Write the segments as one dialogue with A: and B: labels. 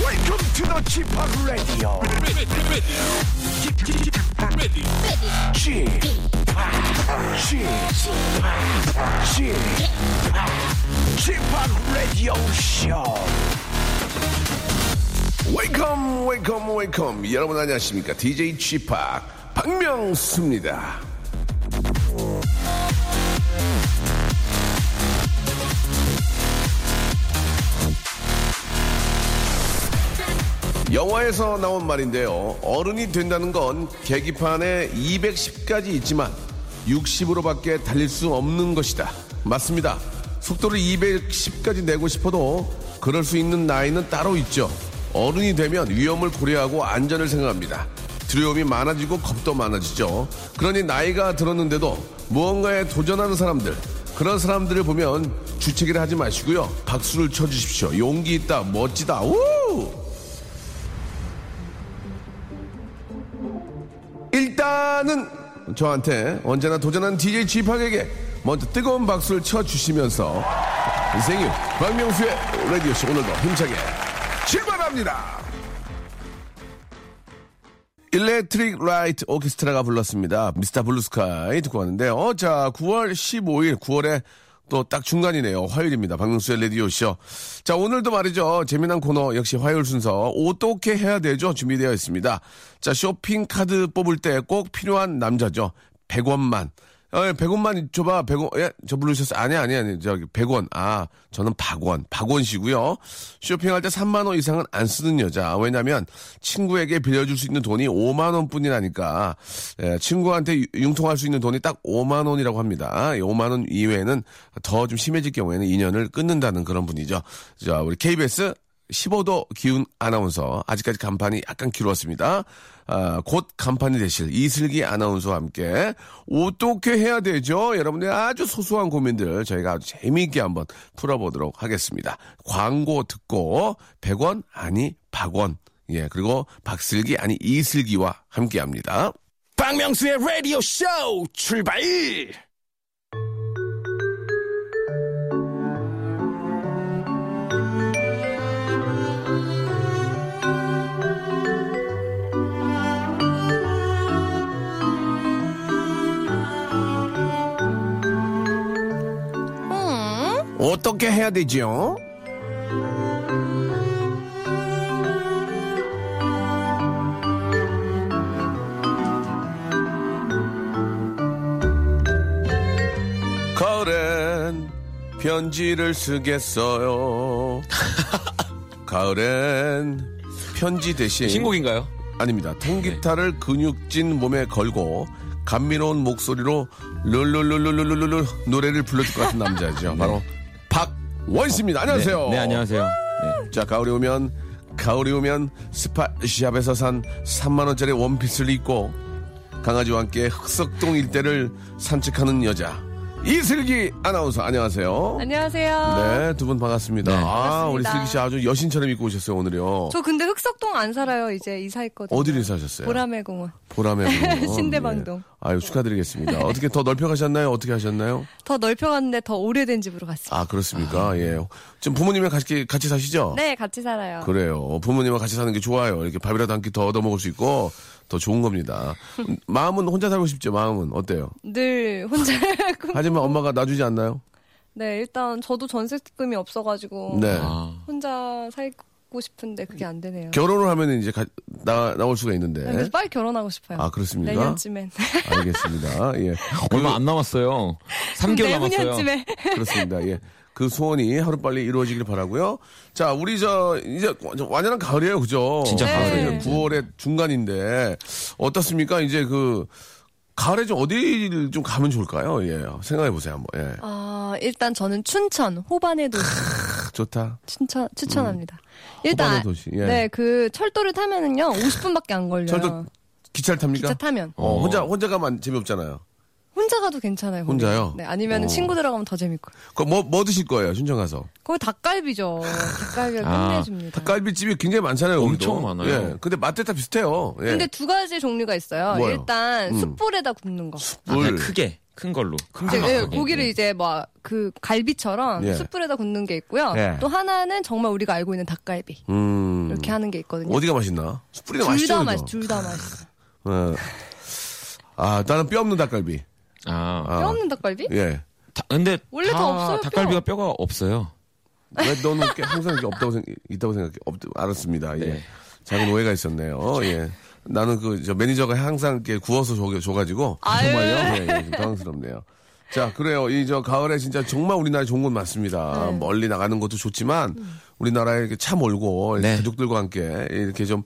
A: Welcome to the g p o p Radio.
B: ready, ready, ready, ready.
A: g p o p g p o p Radio Show.
C: 웨이컴 웨이컴 웨이컴 여러분 안녕하십니까 DJ 지팍 박명수입니다 영화에서 나온 말인데요 어른이 된다는 건 계기판에 210까지 있지만 60으로밖에 달릴 수 없는 것이다 맞습니다 속도를 210까지 내고 싶어도 그럴 수 있는 나이는 따로 있죠 어른이 되면 위험을 고려하고 안전을 생각합니다. 두려움이 많아지고 겁도 많아지죠. 그러니 나이가 들었는데도 무언가에 도전하는 사람들, 그런 사람들을 보면 주책이라 하지 마시고요. 박수를 쳐주십시오. 용기 있다, 멋지다, 우! 일단은 저한테 언제나 도전한 DJ 지팍에게 먼저 뜨거운 박수를 쳐주시면서 생유 박명수의 라디오쇼 오늘도 힘차게 출발합니다. 일렉트릭 라이트 오케스트라가 불렀습니다. 미스터 블루스카이 듣고 왔는데요. 어, 자, 9월 15일, 9월에 또 딱 중간이네요. 화요일입니다. 박명수의 라디오쇼. 자, 오늘도 말이죠. 재미난 코너 역시 화요일 순서 어떻게 해야 되죠? 준비되어 있습니다. 자, 쇼핑카드 뽑을 때 꼭 필요한 남자죠. 100원만. 어, 예, 100원만 줘봐. 100원. 예, 저 부르셨어. 아니, 아니, 아니. 저기 100원. 아, 저는 박원. 박원시고요. 쇼핑할 때 3만 원 이상은 안 쓰는 여자. 왜냐면 친구에게 빌려줄 수 있는 돈이 5만 원뿐이라니까. 예, 친구한테 유- 융통할 수 있는 돈이 딱 5만 원이라고 합니다. 예, 이 5만 원 이외에는 더 좀 심해질 경우에는 인연을 끊는다는 그런 분이죠. 자, 우리 KBS 15도 기운 아나운서 아직까지 간판이 약간 길었습니다. 아, 곧 간판이 되실 이슬기 아나운서와 함께 어떻게 해야 되죠? 여러분들 아주 소소한 고민들 저희가 아주 재미있게 한번 풀어보도록 하겠습니다. 광고 듣고 100원 아니 박원 예 그리고 박슬기 아니 이슬기와 함께합니다.
A: 박명수의 라디오 쇼 출발.
C: 어떻게 해야 되죠? 가을엔 편지를 쓰겠어요. 가을엔 편지 대신
D: 신곡인가요? 네.
C: 아닙니다. 통기타를 근육진 몸에 걸고 감미로운 목소리로 룰룰룰룰룰룰 노래를 불러줄 것 같은 남자죠. 바로 박원씨입니다. 안녕하세요.
D: 네, 안녕하세요. 네.
C: 자, 가을이 오면 가을이 오면 스파샵에서 산 3만 원짜리 원피스를 입고 강아지와 함께 흑석동 일대를 산책하는 여자 이슬기 아나운서 안녕하세요.
E: 안녕하세요.
C: 네, 두 분 반갑습니다.
D: 네.
C: 아,
E: 반갑습니다.
C: 우리 슬기 씨 아주 여신처럼 입고 오셨어요, 오늘요.
E: 저 근데 흑석동 안 살아요. 이제 이사했거든요.
C: 어디를 사셨어요?
E: 보라매 공원.
C: 보람의 공원.
E: 신대방동.
C: 예. 아유 축하드리겠습니다. 어떻게 더 넓혀 가셨나요? 어떻게 하셨나요?
E: 더 넓혀갔는데 더 오래된 집으로 갔습니다.
C: 아 그렇습니까? 예. 지금 부모님이랑 같이 같이 사시죠?
E: 네, 같이 살아요.
C: 그래요. 부모님과 같이 사는 게 좋아요. 이렇게 밥이라도 한 끼 더 얻어 먹을 수 있고 더 좋은 겁니다. 음, 마음은 혼자 살고 싶죠. 마음은 어때요?
E: 늘 혼자 하고.
C: 하지만 엄마가 놔주지 않나요?
E: 네, 일단 저도 전세금이 없어가지고
C: 네.
D: 아,
E: 혼자 살고 싶은데 그게 안 되네요.
C: 결혼을 하면 이제 가- 나 나올 수가
E: 네, 그래서
C: 있는데.
E: 빨리 결혼하고 싶어요.
C: 아 그렇습니까?
E: 내년쯤엔.
C: 알겠습니다. 예.
D: 얼마 안 남았어요. 3개월 남았어요.
E: 내후년쯤에.
C: 그렇습니다. 예. 그 소원이 하루빨리 이루어지길 바라고요. 자, 우리 저 이제 완전- 완연한 가을이에요, 그죠?
D: 진짜
E: 네.
D: 가을이에요.
C: 9월의 중간인데 어떻습니까? 이제 그 가을에 좀 어디를 좀 가면 좋을까요? 예, 생각해 보세요 한번. 예,
E: 아, 일단 저는 춘천, 호반의 도시
C: 크, 좋다.
E: 춘천, 추천합니다.
C: 호반의
E: 일단,
C: 도시, 예.
E: 네, 그 철도를 타면은요, 50분밖에 안 걸려요.
C: 철도 기차를 탑니까?
E: 기차 타면.
C: 어, 혼자 혼자 가면 재미없잖아요.
E: 혼자 가도 괜찮아요. 거기.
C: 혼자요?
E: 네, 아니면
C: 어.
E: 친구들하고 가면 더 재밌고.
C: 그뭐뭐 뭐 드실 거예요? 춘천 가서
E: 거기 닭갈비죠. 닭갈비가
D: 아,
E: 끝내줍니다.
C: 닭갈비집이 굉장히 많잖아요. 거기도.
D: 엄청 많아요.
C: 예, 근데 맛대 다 비슷해요. 예.
E: 근데 두 가지 종류가 있어요.
C: 뭐요?
E: 일단
C: 음.
E: 숯불에다 굽는 거.
D: 아, 그냥 크게. 큰 걸로. 큰
E: 이제
D: 걸로.
E: 예, 고기를
C: 네.
E: 이제 막 그 갈비처럼
C: 예.
E: 숯불에다 굽는 게 있고요.
C: 예.
E: 또 하나는 정말 우리가 알고 있는 닭갈비
C: 음.
E: 이렇게 하는 게 있거든요.
C: 어디가 맛있나? 숯불이
E: 둘
C: 맛있죠.
E: 다
C: 그죠?
E: 맛있어, 둘 다 맛있어.
C: 어. 아, 나는 뼈 없는 닭갈비.
D: 아,
C: 아.
E: 뼈 없는 닭갈비?
C: 예.
D: 다- 근데
E: 원래 다 없어요,
D: 닭갈비가 뼈가 없어요.
C: 왜 너는 이렇게 항상 이렇게 없다고 생각, 있다고 생각해? 없, 알았습니다. 예.
D: 네.
C: 작은 오해가 있었네요. 어, 예. 나는 그, 저 매니저가 항상 이렇게 구워서 줘, 줘가지고.
E: 아유.
C: 정말요? 예, 예, 좀 당황스럽네요. 자, 그래요. 이 저 가을에 진짜 정말 우리나라에 좋은 곳 많습니다. 멀리 나가는 것도 좋지만, 우리나라에 이렇게 차 몰고,
D: 네.
C: 가족들과 함께 이렇게 좀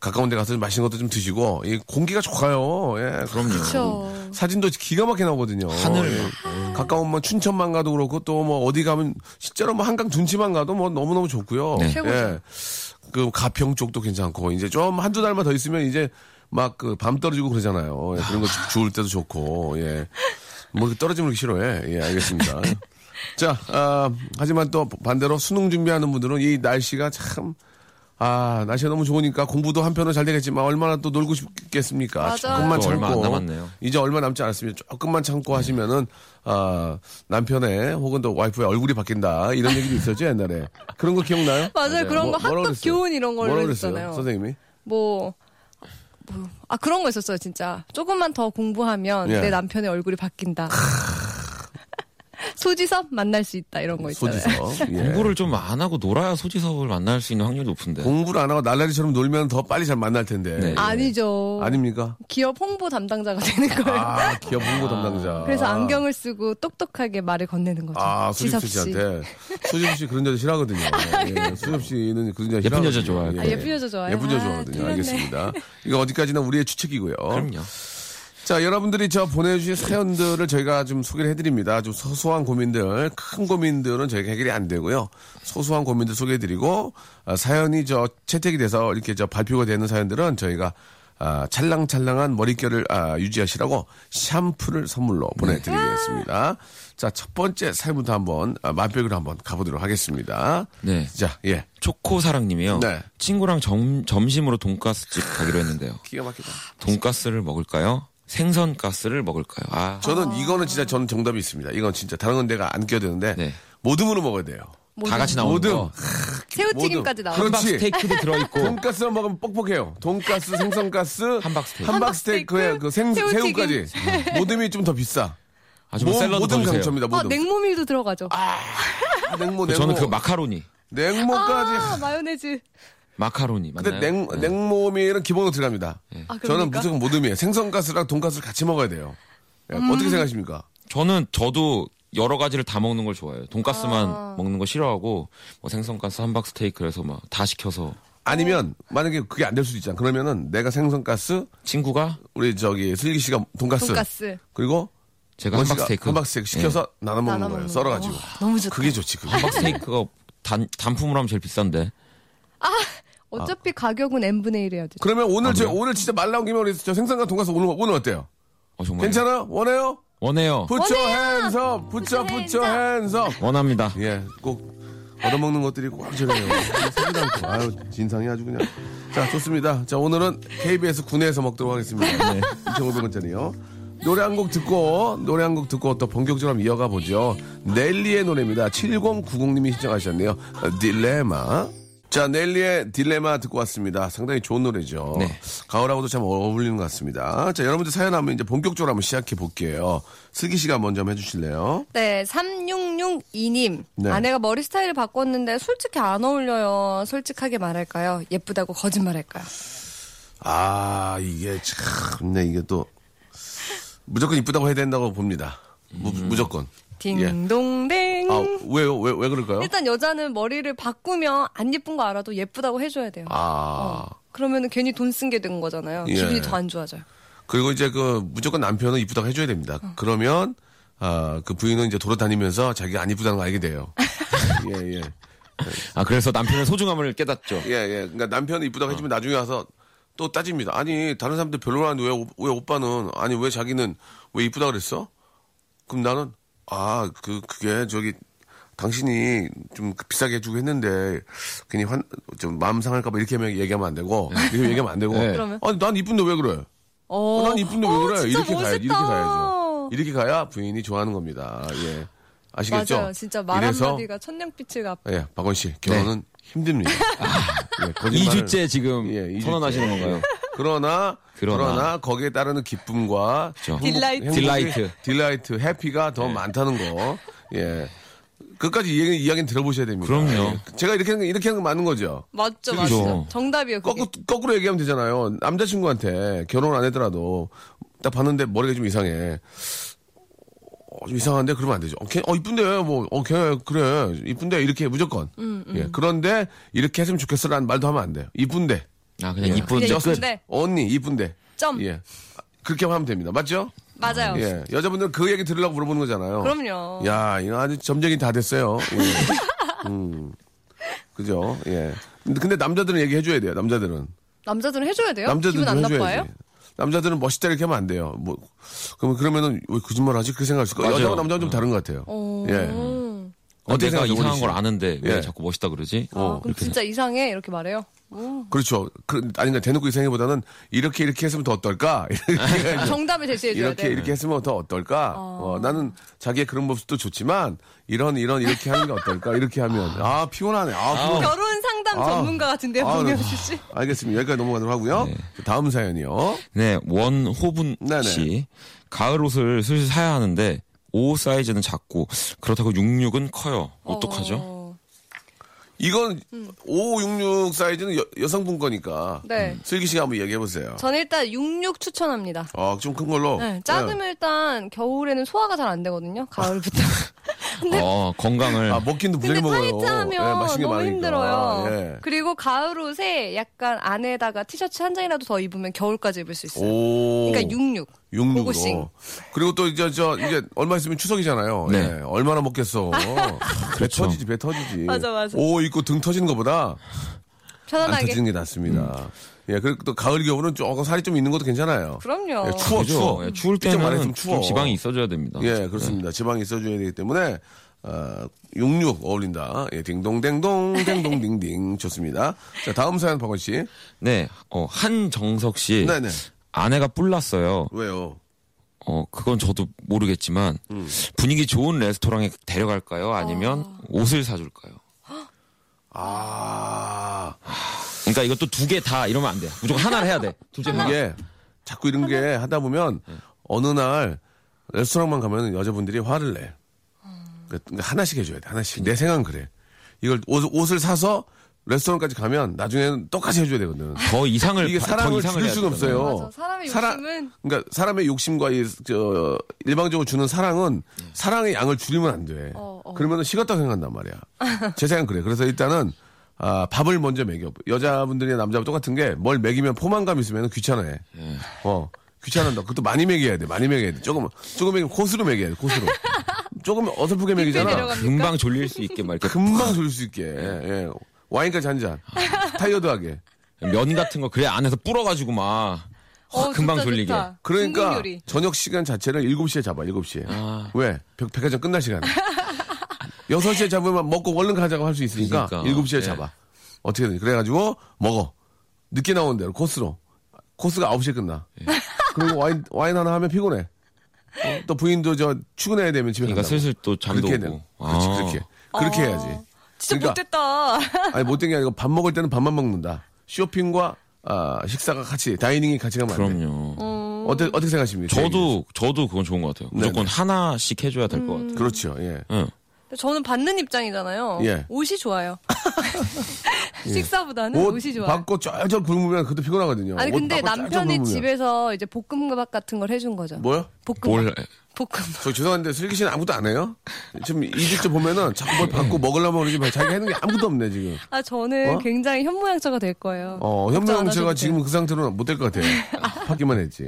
C: 가까운 데 가서 좀 맛있는 것도 좀 드시고, 이 공기가 좋아요. 예.
D: 그럼요.
E: 그렇죠.
C: 사진도 기가 막히게 나오거든요.
D: 하늘.
C: 예. 가까운 뭐 춘천만 가도 그렇고 또 뭐 어디 가면 실제로 뭐 한강 둔치만 가도 뭐 너무너무 좋고요.
D: 네.
E: 최고죠.
C: 그 가평 쪽도 괜찮고 이제 좀 한두 달만 더 있으면 이제 막 그 밤 떨어지고 그러잖아요. 예, 그런 거 주울 때도 좋고 예. 뭐 이렇게 떨어지면 이렇게 싫어해. 예, 알겠습니다. 자, 아, 하지만 또 반대로 수능 준비하는 분들은 이 날씨가 참 아, 날씨가 너무 좋으니까 공부도 한편으로 잘 되겠지만 얼마나 또 놀고 싶겠습니까?
E: 맞아요.
C: 조금만
D: 또
C: 참고.
D: 얼마 안 남았네요. 네.
C: 이제 얼마 남지 않았습니다. 조금만 참고 하시면은 아, 남편의 혹은 또 와이프의 얼굴이 바뀐다 이런 얘기도 있었죠 옛날에 그런 거 기억나요?
E: 맞아요. 그런
C: 뭐라고
E: 거 학급
C: 그랬어요?
E: 교훈 이런 걸로
C: 뭐라고 그랬어요?
E: 했잖아요.
C: 선생님이
E: 뭐, 뭐, 아, 그런 거 있었어요, 진짜. 조금만 더 공부하면
C: 예.
E: 내 남편의 얼굴이 바뀐다. 소지섭 만날 수뭐 있다, 이런 거 있잖아요.
C: 소지서 예.
D: 공부를 좀 안 하고 놀아야 소지섭을 만날 수 있는 확률이 높은데.
C: 공부를 안 하고 날라리처럼 놀면 더 빨리 잘 만날 텐데
D: 네.
E: 아니죠.
C: 예. 아닙니까?
E: 기업 홍보 담당자가 되는 거예요.
C: 아 기업 홍보 담당자
E: 네. 그래서 안경을 쓰고 똑똑하게 말을 건네는 거죠.
C: 아, 수집 씨한테. 수집 씨 그런 여자 싫어하거든요. 예, 수집 씨는 그런 여자 싫어하거든요.
D: 예쁜 여자 좋아해요.
E: 아, 예쁜 여자 좋아해요?
C: 예쁜 여자
E: 아,
C: 좋아하거든요.
E: 틀렸네.
C: 알겠습니다. 이거 어디까지나 우리의 추측이고요.
D: 그럼요.
C: 자, 여러분들이 저 보내주신 사연들을 저희가 좀 소개를 해드립니다. 좀 소소한 고민들, 큰 고민들은 저희가 해결이 안 되고요. 소소한 고민들 소개해드리고, 아, 사연이 저 채택이 돼서 이렇게 저 발표가 되는 사연들은 저희가 아, 찰랑찰랑한 머릿결을 아, 유지하시라고 샴푸를 선물로
D: 네.
C: 보내드리겠습니다. 자, 첫 번째 사연부터 한번 아, 맛보기로 한번 가보도록 하겠습니다.
D: 네.
C: 자, 예.
D: 초코사랑님이요.
C: 네.
D: 친구랑 점, 점심으로 돈가스집 가기로 했는데요.
C: 기가 막히다.
D: 돈가스를 먹을까요? 생선가스를 먹을까요? 아,
C: 저는 이거는 진짜 저는 정답이 있습니다. 이건 진짜 다른 건 내가 안 껴야 되는데
D: 네.
C: 모듬으로 먹어야 돼요.
E: 모든-
D: 다 같이 나오는
C: 모든
D: 거.
E: 새우튀김까지
C: 모든- 그렇죠,
E: 나와.
C: 그렇지.
D: 스테이크도 들어있고.
C: 돈가스만 먹으면 뻑뻑해요. 돈가스, 생선가스,
D: 함박스테이크. 네.
C: 함박스테이크에 그 생,
E: 새우튀김.
C: 새우까지. 모듬이 좀 더 비싸.
D: 아줌마
C: 뭐 모-
D: 샐러드
C: 모듬
D: 더 주세요.
C: 강점입니다.
E: 아,
C: 모듬.
E: 냉모밀도 들어가죠. 아,
C: 냉모, 냉모.
D: 저는 그 마카로니.
C: 냉모까지.
E: 아. 마요네즈.
D: 마카로니 맞나요?
C: 근데 냉,
D: 네.
C: 냉모밀은 기본으로 들어갑니다.
E: 아,
C: 저는
E: 그러니까?
C: 무조건 모듬이에요. 생선가스랑 돈가스를 같이 먹어야 돼요. 예,
E: 음.
C: 어떻게 생각하십니까?
D: 저는 저도 여러 가지를 다 먹는 걸 좋아해요. 돈가스만 먹는 거 싫어하고 뭐 생선가스, 함박스테이크에서 막 다 시켜서
C: 아니면
E: 어.
C: 만약에 그게 안 될 수도 있잖아. 그러면은 내가 생선가스,
D: 친구가
C: 우리 저기 슬기 씨가 돈가스, 아.
E: 돈가스.
C: 그리고
D: 제가
C: 원씨가
D: 함박스테이크 예. 네.
C: 함박스테이크 시켜서 나눠 먹는
E: 나눠
C: 거예요.
E: 먹는
C: 썰어 가지고.
E: 거. 아, 너무 좋다.
C: 그게 좋지. 그게.
D: 함박스테이크가 단 단품으로 하면 제일 비싼데.
E: 어차피 가격은 n분의 1 해야 되죠.
C: 그러면 오늘 저 오늘 진짜 말 나온 김에 우리 저 생선과 돈가스 오늘 오늘 어때요?
D: 어 정말
C: 괜찮아요? 원해요?
D: 원해요.
C: 붙여 핸섬 붙여 붙여
E: 붙여
C: 핸섬
D: 원합니다.
C: 예, 꼭 얻어먹는 것들이 꽉 저래요. 사기도 않고. 아유, 진상이 아주 그냥. 자, 좋습니다. 자, 오늘은 KBS 군내에서 먹도록 하겠습니다. 2,500원짜리요. 노래 한 곡 듣고, 노래 한 곡 듣고 또 본격적으로 한번 이어가 보죠. 넬리의 노래입니다. 7090님이 신청하셨네요. 어, 딜레마. 자, 넬리의 딜레마 듣고 왔습니다. 상당히 좋은 노래죠.
D: 네.
C: 가을하고도 참 어울리는 것 같습니다. 자, 여러분들 사연 한번 이제 본격적으로 한번 시작해 볼게요. 슬기 씨가 먼저 한번 해주실래요?
E: 네, 3662님.
C: 네.
E: 아내가 머리 스타일을 바꿨는데 솔직히 안 어울려요. 솔직하게 말할까요? 예쁘다고 거짓말할까요?
C: 아 이게 참, 네 이게 또 무조건 이쁘다고 해야 된다고 봅니다. 무,
E: 음.
C: 무조건. 예.
E: 딩동댕.
C: 아 왜요? 왜, 왜 그럴까요?
E: 일단 여자는 머리를 바꾸면 안 예쁜 거 알아도 예쁘다고 해줘야 돼요.
C: 아
E: 그러면은 괜히 돈 쓴 게 된 거잖아요.
C: 예.
E: 기분이 더 안 좋아져요.
C: 그리고 이제 그 무조건 남편은 이쁘다고 해줘야 됩니다.
E: 어.
C: 그러면 아그 부인은 이제 돌아다니면서 자기가 안 이쁘다는 걸 알게 돼요. 예예 예예.
D: 아 그래서 남편의 소중함을 깨닫죠.
C: 그러니까 남편은 이쁘다고
D: 어.
C: 해주면 나중에 와서 또 따집니다. 아니 다른 사람들 별로라는데 왜, 오- 왜 오빠는 아니 왜 자기는 왜 이쁘다 그랬어? 그럼 나는 아 그 그게 저기 당신이 좀 비싸게 해주고 했는데 괜히 환 좀 마음 상할까봐 이렇게 하면 얘기하면 안 되고 이렇게 얘기하면 안 되고
D: 네.
E: 그러면?
C: 아니 난 이쁜데 왜 그래?
E: 어,
C: 난 이쁜데 왜
E: 어,
C: 그래?
E: 진짜
C: 이렇게 가야-
E: 멋있다.
C: 이렇게 가야죠. 이렇게 가야 부인이 좋아하는 겁니다. 예. 아시겠죠?
E: 맞아요. 진짜 말
C: 이래서,
E: 한마디가 천년빛을 갚.
C: 예, 박원 씨,
D: 네.
C: 결혼은 힘듭니다. 예, 거짓말을-
D: 2주째 지금
C: 예, 이 주째.
D: 선언하시는 건가요?
C: 그러나, 그러나,
D: 그러나.
C: 거기에 따르는 기쁨과
D: 그렇죠.
C: 행복-
E: 딜라이트.
C: 행복이-
D: 딜라이트.
C: 딜라이트, 해피가
D: 네.
C: 더 많다는 거. 예. 끝까지 이야기, 이야기는 들어보셔야 됩니다.
D: 그럼요.
C: 예. 제가 이렇게 하는, 게- 이렇게 하는 거 맞는 거죠.
E: 맞죠,
D: 그죠.
E: 맞죠. 정답이에요. 그게.
C: 거꾸로, 거꾸로 얘기하면 되잖아요. 남자친구한테 결혼 안 했더라도 딱 봤는데 머리가 좀 이상해. 어, 좀 이상한데 그러면 안 되죠. 어, 걔, 어 이쁜데 뭐, 어, 걔 그래 이쁜데 이렇게 무조건. 예, 그런데 이렇게 했으면 좋겠어라는 말도 하면 안 돼요. 이쁜데
D: 아 그냥 이쁜
E: 그냥
D: 데
E: 이쁜데
C: 언니 이쁜데.
E: 네. 점.
C: 예, 그렇게 하면 됩니다. 맞죠?
E: 맞아요.
C: 예, 여자분들은 그 얘기 들으려고 물어보는 거잖아요.
E: 그럼요.
C: 야, 이거 아주 점쟁이 다 됐어요. 예. 음, 그죠? 예. 근데, 근데 남자들은 얘기해줘야 돼요. 남자들은.
E: 남자들은 해줘야 돼요?
C: 남자들은
E: 기분 안
C: 해줘야지.
E: 나빠요?
C: 남자들은 멋있다 이렇게 하면 안 돼요. 뭐 그러면 그러면은 왜 거짓말 하지? 그렇게 생각할 수 있고 여자와 남자는 좀 다른 것 같아요. 음. 예.
D: 어,
C: 어떻게
D: 내가
C: 생각하세요,
D: 이상한
C: 원희
D: 걸
C: 씨?
D: 아는데 왜
C: 예. 어.
D: 자꾸 멋있다 그러지?
E: 아, 그럼 진짜 이상해 이렇게 말해요. 오.
C: 그렇죠. 그, 아니 그러니까 대놓고 이상해보다는 이렇게 이렇게 했으면 더 어떨까? 네, 이렇게
E: 정답을 제시해줘야
C: 이렇게
E: 돼.
C: 이렇게 했으면 더 어떨까? 어, 나는 자기의 그런 모습도 좋지만 이런 이런 이렇게 하는 게 어떨까? 이렇게 하면 아 피곤하네. 아 피곤.
E: 어. 결혼 상담
C: 아.
E: 전문가 같은데요,
C: 아, 네.
E: 박명수 씨.
C: 알겠습니다. 여기까지 넘어가도록 하고요. 다음 사연이요.
D: 네, 원호분
C: 네네.
D: 씨. 가을 옷을 슬슬 사야 하는데 5 사이즈는 작고 그렇다고 66은 커요. 어떡하죠?
E: 어.
C: 이건 5566 사이즈는 여, 성분 거니까.
E: 음.
C: 음,
E: 네.
C: 슬기 씨가 한번 얘기해 보세요.
E: 전 일단 66 추천합니다.
C: 아, 좀 큰 걸로.
E: 네, 작으면 일단 겨울에는 소화가 잘 안 되거든요. 가을부터.
D: 어, 건강을
C: 네. 아, 먹긴도
E: 근데
C: 무지하게 네. 먹어요. 예,
E: 타이트하면
C: 맛있는 게
E: 너무
C: 많으니까.
E: 힘들어요.
C: 예.
E: 그리고 가을 옷에 약간 안에다가 티셔츠 한 장이라도 더 입으면 겨울까지 입을 수 있어요.
C: 오.
E: 그러니까 66.
C: 66.
E: 고고싱.
C: 로 그리고 또 이제 저 이제 얼마 있으면 추석이잖아요.
D: 네. 그렇죠.
C: 예, 얼마나 먹겠어. 배 터지지 배 터지지.
E: 맞아, 맞아.
C: 오 입고 등 터지는 것보다 안
E: 편안하게.
C: 터지는 게 낫습니다.
D: 음.
C: 예, 그리고 또 가을 겨울은 조금 살이 좀 있는 것도 괜찮아요.
E: 그럼요.
C: 예, 추워
D: 그죠?
C: 추워.
D: 예, 추울
C: 일정 많이
D: 때는
C: 좀
D: 좀,
C: 추워.
D: 지방이 네. 있어줘야 됩니다.
C: 예, 그렇습니다. 지방이 있어줘야 되기 때문에, 어, 66 어울린다. 예, 딩동댕동, 댕동딩딩. 좋습니다. 자, 다음 사연, 박원 씨.
D: 네, 어, 한정석 씨
C: 네네.
D: 아내가 뿔났어요.
C: 왜요?
D: 어, 그건 저도 모르겠지만
C: 음.
D: 분위기 좋은 레스토랑에 데려갈까요? 아니면 옷을 사줄까요?
C: 아,
D: 그러니까 이것도 두 개 다 이러면 안 돼. 무조건 하나를 해야 돼. 둘째 하나.
C: 이게 예. 자꾸 이런 게 하다 보면 어느 날 레스토랑만 가면 여자분들이 화를 내. 그러니까 하나씩 해줘야 돼, 하나씩. 내 생각은 그래. 이걸 옷, 옷을 사서 레스토랑까지 가면 나중에는 똑같이 해줘야 되거든.
D: 더 이상을
C: 이게
D: 더
C: 사랑을
D: 이상을
C: 줄일
D: 해야
C: 수는
D: 되잖아요.
C: 없어요.
E: 맞아, 사람의 욕심은-
C: 그러니까 사람의 욕심과 이, 저, 일방적으로 주는 사랑은 사랑의 양을 줄이면 안 돼.
E: 어, 어.
C: 그러면 식었다고 생각한단 말이야. 제 생각은 그래. 그래서 일단은 아, 밥을 먼저 먹여. 여자분들이나 남자분 똑같은 게 뭘 먹이면 포만감 있으면 귀찮아해.
D: 예.
C: 어. 귀찮은다. 그것도 많이 먹여야 돼. 많이 먹여야 돼. 조금 조금 먹이면 코스로 먹여야 돼. 코스로. 조금 어설프게 먹이잖아.
E: 내려가-
D: 금방 졸릴 수 있게 막 이렇게
C: 금방 졸릴 수 있게. 예. 와인까지 한 잔.
D: 아.
C: 타이어드하게.
D: 면 같은 거 그래 안에서 불어가지고 막 확
E: 어,
D: 금방
E: 좋다,
D: 졸리게.
E: 좋다. 중국
C: 그러니까
E: 요리.
C: 저녁 시간 자체를 7시에 잡아, 7시에.
D: 아.
C: 왜? 백, 백화점 끝날 시간에. 6시에 잡으면 먹고 얼른 가자고 할 수 있으니까
D: 그러니까.
C: 7시에
D: 예.
C: 잡아. 어떻게든. 그래가지고 먹어. 늦게 나오는 대로 코스로. 코스가 9시에 끝나.
D: 예.
C: 그리고 와인, 와인 하나 하면 피곤해. 어, 또 부인도 저 출근해야 되면 집에
D: 그러니까
C: 간다고.
D: 슬슬 또 잠도
C: 그렇게 해야
D: 오고.
C: 돼. 그렇지,
D: 아.
C: 그렇게.
E: 어.
C: 그렇게 해야지.
E: 진짜
C: 그러니까-
E: 못됐다.
C: 아니 못된 게 아니고 밥 먹을 때는 밥만 먹는다. 쇼핑과 아, 식사가 같이 다이닝이 같이 가면 안 돼.
D: 그럼요.
C: 어때, 어떻게 생각하십니까?
D: 저도 저도 그건 좋은 것 같아요. 무조건 하나씩 해줘야 될 것
E: 음.
D: 같아요.
C: 그렇죠. 예.
D: 응.
E: 근데 저는 받는 입장이잖아요.
C: 예.
E: 옷이 좋아요. 식사보다는
C: 옷
E: 음, 옷, 이 좋아요.
C: 받고 쩔쩔 굶으면 그것도 피곤하거든요.
E: 아니
C: 옷
E: 근데
C: 받고 쩔쩔
E: 남편이
C: 굶으면.
E: 집에서 이제 볶음밥 같은 걸 해준 거죠.
C: 뭐요?
E: 볶음밥.
D: 뭘
E: 볶음밥.
C: 저 죄송한데 슬기 씨는 아무도 안 해요? 지금 이주째 보면은 자꾸 뭘 받고 먹으려면 그러지 자기가 하는 게 아무것도 없네 지금.
E: 아 저는
C: 어?
E: 굉장히 현모양처가 될 거예요.
C: 어,
E: 걱정 안
C: 현명 제가
E: 하셔도 돼요.
C: 지금 그 상태로는 못 될 것 같아요. 받기만 했지.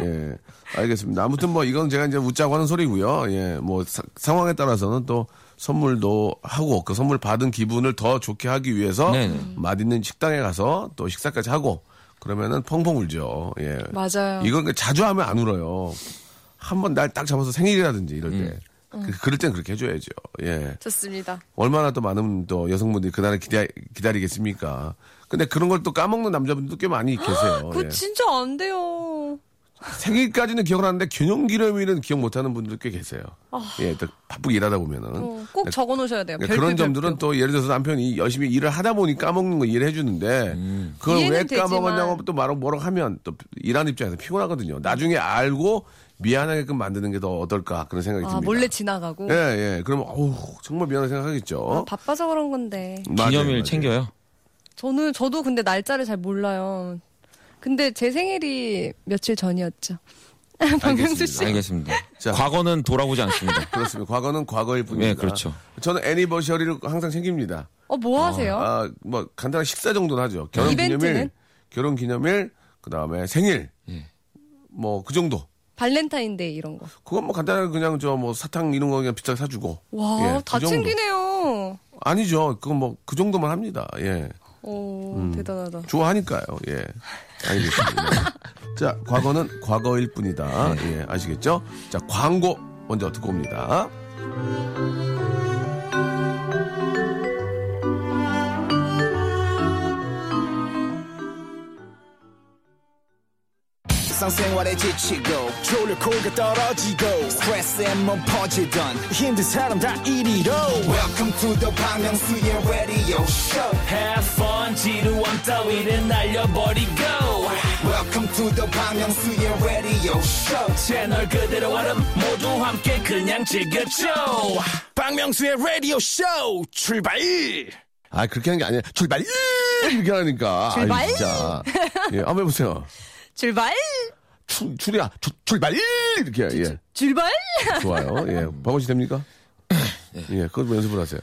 C: 예. 알겠습니다. 아무튼 뭐 이건 제가 이제 웃자고 하는 소리고요. 예. 뭐 사- 상황에 따라서는 또 선물도 하고 그 선물 받은 기분을 더 좋게 하기 위해서
D: 네네.
C: 맛있는 식당에 가서 또 식사까지 하고 그러면은 펑펑 울죠. 예.
E: 맞아요.
C: 이건 그 자주 하면 안 울어요. 한 번 날 딱 잡아서 생일이라든지 이럴 때.
E: 음.
C: 그, 그럴 땐 그렇게 해줘야죠. 예.
E: 좋습니다.
C: 얼마나 또 많은 또 여성분들이 그날을 기다, 기다리겠습니까. 근데 그런 걸 또 까먹는 남자분들도 꽤 많이 계세요.
E: 아, 그거
C: 어, 예.
E: 진짜 안 돼요.
C: 생일까지는 기억을 하는데 균형기념일은 기억 못하는 분들 꽤 계세요. 예, 또 바쁘게 일하다 보면은.
E: 아. 어, 꼭
C: 네,
E: 적어 놓으셔야 돼요.
C: 네,
E: 별표,
C: 그런
E: 별표.
C: 점들은 또 예를 들어서 남편이 열심히 일을 하다 보니 까먹는 거 이해를 해주는데 그걸 왜
E: 음. 이해는
C: 까먹었냐고
E: 되지만.
C: 또 말하고 뭐라고 하면 또 일하는 입장에서 피곤하거든요. 나중에 알고 미안하게끔 만드는 게 더 어떨까 그런 생각이
E: 아,
C: 듭니다.
E: 몰래 지나가고.
C: 예, 예. 그러면 어우, 정말 미안하게 생각하겠죠.
E: 아, 바빠서 그런 건데.
C: 맞아요,
D: 기념일
C: 맞아요.
D: 챙겨요.
E: 저는 저도 근데 날짜를 잘 몰라요. 근데 제 생일이 며칠 전이었죠. 박명수 씨.
D: 알겠습니다.
C: 자.
D: 과거는 돌아보지 않습니다.
C: 그렇습니다. 과거는 과거일 뿐입니다.
D: 예, 그렇죠.
C: 저는 애니버셔리를 항상 챙깁니다.
E: 어, 뭐 하세요?
C: 아, 뭐 간단한 식사 정도는 하죠. 결혼 기념일,
E: 이벤트는?
C: 결혼 기념일, 그다음에 생일.
D: 예.
C: 뭐 그 정도.
E: 발렌타인데이 이런 거.
C: 그건 뭐 간단하게 그냥 저 뭐 사탕 이런 거 그냥 비싸게 사주고.
E: 와,
C: 예,
E: 다
C: 그 정도.
E: 챙기네요.
C: 아니죠. 그건 뭐 그 정도만 합니다. 예.
E: 오, 대단하다.
C: 좋아하니까요. 예. 알겠습니다. 예. 자, 과거는 과거일 뿐이다. 예, 아시겠죠? 자, 광고 먼저 듣고 옵니다.
A: 일상생활에 지치고, 졸려 코가 떨어지고, 스트레스에 몸 퍼지던, 힘든 사람 다 이리로. welcome to the Bang Myung-soo's radio show
F: Have fun 지루함 따위를 날려버리고
A: welcome to the Bang Myung-soo's radio show
F: 채널 그대로 와름 모두 함께 그냥 즐겨줘
A: 박명수의 라디오 쇼 출발
C: 아, 그렇게 하는 게 아니라 출발! 이렇게 하니까.
E: 출발!
C: 아이, 진짜. 예, 한번 해보세요.
E: 출발!
C: 출, 출이야. 출, 출발! 이렇게. 예.
E: 출발!
C: 좋아요. 예. 박원 씨 됩니까? 예. 그것도 연습을 하세요.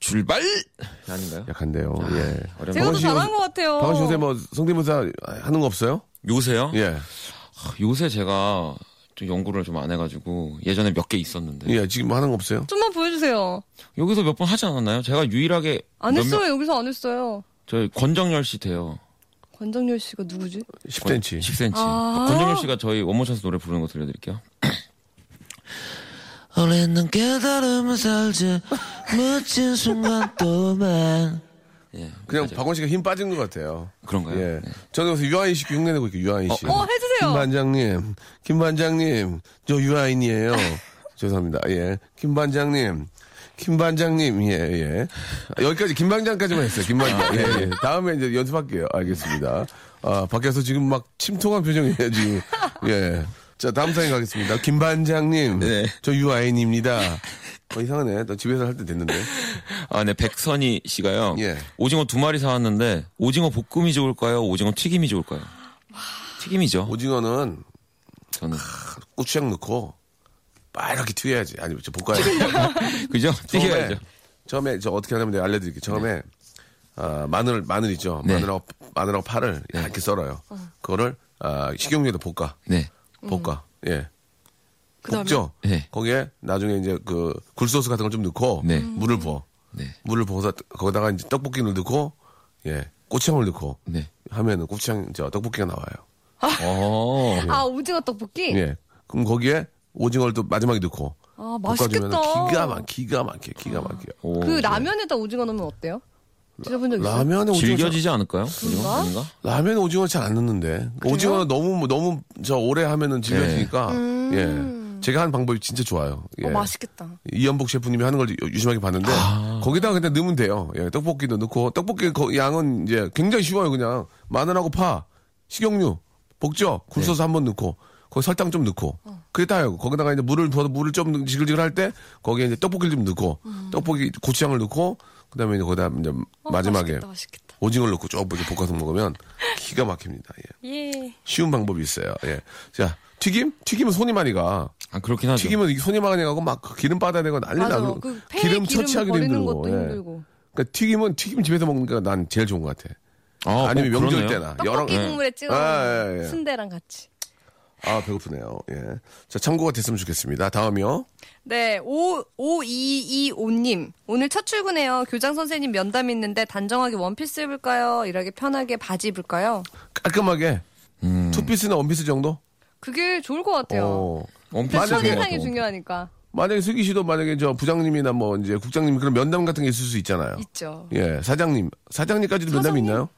D: 출발 아닌가요?
C: 약한데요. 예.
E: 제가
D: 어려운 거.
E: 더
C: 박원 씨
E: 잘한
C: 요새-
E: 것 같아요.
C: 박원 씨 요새 뭐 성대모사 하는 거 없어요?
D: 요새요? 아,
C: 예.
D: 요새 제가 좀 연구를 좀 안 해가지고 예전에 몇 개 있었는데
C: 예. 지금 하는 거 없어요?
E: 좀만 보여주세요.
D: 여기서 몇 번 하지 않았나요? 제가 유일하게
E: 안
D: 몇
E: 했어요.
D: 명-
E: 여기서 안 했어요.
D: 저희 권정열 씨 돼요.
E: 권정열 씨가 누구지?
C: 10cm.
D: 10cm.
E: 아.
D: 권정열 씨가 저희 원모션스 노래 부르는 거 들려드릴게요.
G: 우리는 깨달음을 살지 멋진 순간 또만
D: 예,
C: 그냥
D: 맞아요.
C: 박원 씨가 힘 빠진 것 같아요.
D: 그런가요?
C: 예.
D: 네.
C: 저는 여기서 유아인 씨 흉내내고 있고 유아인 씨.
E: 어, 해주세요.
C: 김 반장님, 김 반장님, 저 유아인이에요. 죄송합니다. 예. 김 반장님, 김 반장님, 예, 예. 아, 여기까지 김 반장까지만 했어요. 김 반장. 예, 예. 다음에 이제 연습할게요. 알겠습니다. 아, 밖에서 지금 막 침통한 표정이에요, 지금. 예. 자, 다음 사연 가겠습니다. 김 반장님,
D: 네.
C: 저 유아인입니다. 어, 이상하네. 나 집에서 할 때 됐는데.
D: 아, 네, 백선희 씨가요.
C: 예.
D: 오징어 두 마리 사왔는데, 오징어 볶음이 좋을까요? 오징어 튀김이 좋을까요? 튀김이죠.
C: 오징어는
D: 저는.
C: 고추장 넣고 빨갛게 튀겨야지. 아니, 저 볶아야지.
D: 그죠?
C: 처음에
D: 튀겨야죠.
C: 처음에 저 어떻게 하냐면 내가 알려드릴게요. 처음에 아, 마늘 마늘 있죠.
D: 네.
C: 마늘하고 마늘하고 파를 이렇게 썰어요. 그거를 아, 식용유에다 볶아
D: 네.
C: 볶아 예.
E: 그다음에?
C: 볶죠.
D: 네.
C: 거기에 나중에 이제 그 굴소스 같은 걸 좀 넣고
D: 네.
C: 물을 부어
D: 네.
C: 물을 부어서 거기다가 이제 떡볶이를 넣고 예 고추장을 넣고
D: 네.
C: 하면은 고추장 저 떡볶이가 나와요.
D: 어.
E: 아, 오징어 떡볶이?
C: 예. 그럼 거기에 오징어를 또 마지막에 넣고
E: 아,
C: 볶아주면
E: 맛있겠다.
C: 기가 막 기가 막혀 기가 막혀.
D: 오.
E: 그 라면에다 오징어 넣으면 어때요? 드셔본 적 있어요?
C: 라면에 오징어 참-
D: 질겨지지 않을까요? 오징어? 아닌가?
C: 라면 오징어 잘 안 넣는데 오징어 너무 뭐, 너무 저 오래 하면은 질려지니까 예 제가 한 방법이 진짜 좋아요 예.
E: 음. 어, 맛있겠다.
C: 이연복 셰프님이 하는 걸 유- 유심하게 봤는데 거기다가 그냥 넣으면 돼요 예 떡볶이도 넣고 떡볶이 거- 양은 이제 굉장히 쉬워요 그냥 마늘하고 파 식용유 볶죠 굴소스 한번 넣고 거기 설탕 좀 넣고
E: 어.
C: 그게 다예요 거기다가 이제 물을 부어서 물을 좀 지글지글 할 때 거기에 이제 떡볶이를 좀 넣고 떡볶이 고추장을 넣고 그다음에 이제 거기다 이제
E: 음. 어,
C: 마지막에
E: 맛있겠다, 맛있겠다.
C: 오징어를 넣고 쭉 이렇게 볶아서 먹으면 기가 막힙니다. 예.
E: 예.
C: 쉬운 방법이 있어요. 예. 자, 튀김? 튀김은 손이 많이 가.
D: 아, 그렇긴 하죠.
C: 튀김은 이게 손이 많이 가고 막그 기름 빠다 내고 난리
E: 맞아.
C: 나고
E: 그 폐에
C: 기름
E: 기름,
C: 처치하기도
E: 버리는
C: 힘들고.
E: 것도
C: 예.
E: 힘들고.
C: 그러니까 튀김은 튀김 집에서 먹는 게 난 제일 좋은 것 같아.
D: 아,
C: 아니면
D: 어,
C: 명절
D: 그러네요.
C: 때나 여러 예.
E: 떡볶이 국물에 찍어
C: 아, 예, 예.
E: 순대랑 같이.
C: 아 배고프네요. 예. 자 참고가 됐으면 좋겠습니다. 다음이요.
E: 네, 5225님. 오늘 첫 출근해요. 교장 선생님 면담 있는데 단정하게 원피스 입을까요? 이렇게 편하게 바지 입을까요?
C: 깔끔하게
D: 음.
C: 투피스나 원피스 정도.
E: 그게 좋을 것 같아요.
C: 어.
D: 원피스
C: 맞아요.
D: 좋은
E: 그
D: 것
E: 첫인상이
D: 같아요.
E: 중요하니까.
C: 만약에 슬기 씨도 만약에 저 부장님이나 뭐 이제 국장님 그런 면담 같은 게 있을 수 있잖아요.
E: 있죠.
C: 예, 사장님. 사장님까지도 면담이
E: 사장님?
C: 있나요?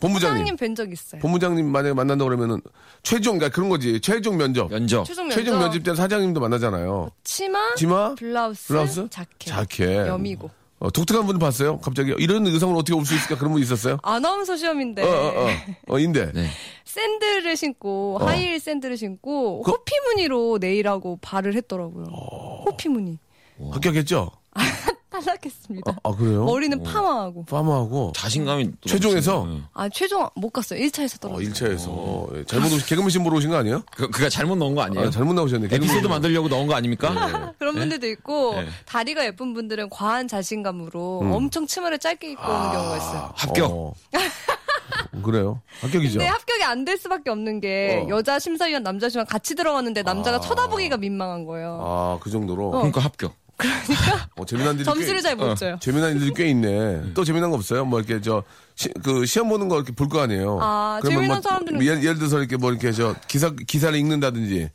C: 본부장님.
E: 사장님 뵌 적 있어요.
C: 본부장님 만약에 만난다 그러면은 최종 그러니까 그런 거지. 최종 면접.
D: 면접.
E: 최종 면접.
C: 최종 면접 때 사장님도 만나잖아요.
E: 치마,
C: 치마,
E: 블라우스,
C: 블라우스,
E: 자켓,
C: 자켓.
E: 여미고.
C: 어, 독특한 분 봤어요? 갑자기 이런 의상을 어떻게 올 수 있을까 그런 분 있었어요?
E: 아나운서 시험인데
C: 어, 어, 어, 어, 인데.
D: 네.
E: 샌들을 신고
C: 어.
E: 하이힐 샌들을 신고
C: 그- 어.
E: 호피 무늬로 네일하고 발을 했더라고요. 호피 무늬
C: 합격했죠?
E: 탈락했습니다.
C: 아, 아, 그래요?
E: 머리는 파마하고
C: 파마하고.
D: 자신감이 또
C: 최종에서?
D: 넘치네요. 예.
E: 아 최종 못 갔어요. 1차에서
C: 어,
E: 떨어졌어요.
C: 1차에서. 잘못 오신, 개그맨 신 보러 오신 거 아니에요?
D: 그, 그가 잘못 넣은 거 아니에요?
C: 아, 잘못 나오셨네. 개그맨
D: 에피소드
C: 신부.
D: 만들려고 넣은 거
C: 예.
D: 아닙니까?
E: 그런 분들도 있고
D: 네.
E: 다리가 예쁜 분들은 과한 자신감으로
C: 음.
E: 엄청 치마를 짧게 입고
C: 아.
E: 오는 경우가 있어요.
D: 합격.
C: 어. 그래요. 합격이죠.
E: 근데 네, 합격이 안 될 수밖에 없는 게
C: 어.
E: 여자 심사위원 남자 심사위원 같이 들어갔는데 남자가 쳐다보기가 민망한 거예요.
C: 아, 그 정도로.
D: 그러니까 합격.
C: 어, 재미난 일이
E: 점수를
C: 꽤-
E: 잘 못 줘요.
C: 재미난 일들이 꽤 있네. 또 재미난 거 없어요? 뭐 이렇게 저, 시, 그 시험 보는 거 이렇게 볼 거 아니에요?
E: 아,
C: 그러면
E: 재미난
C: 뭐
E: 사람들은-
C: 예를, 예를 들어서 이렇게 뭐 이렇게 저 기사, 기사를 읽는다든지,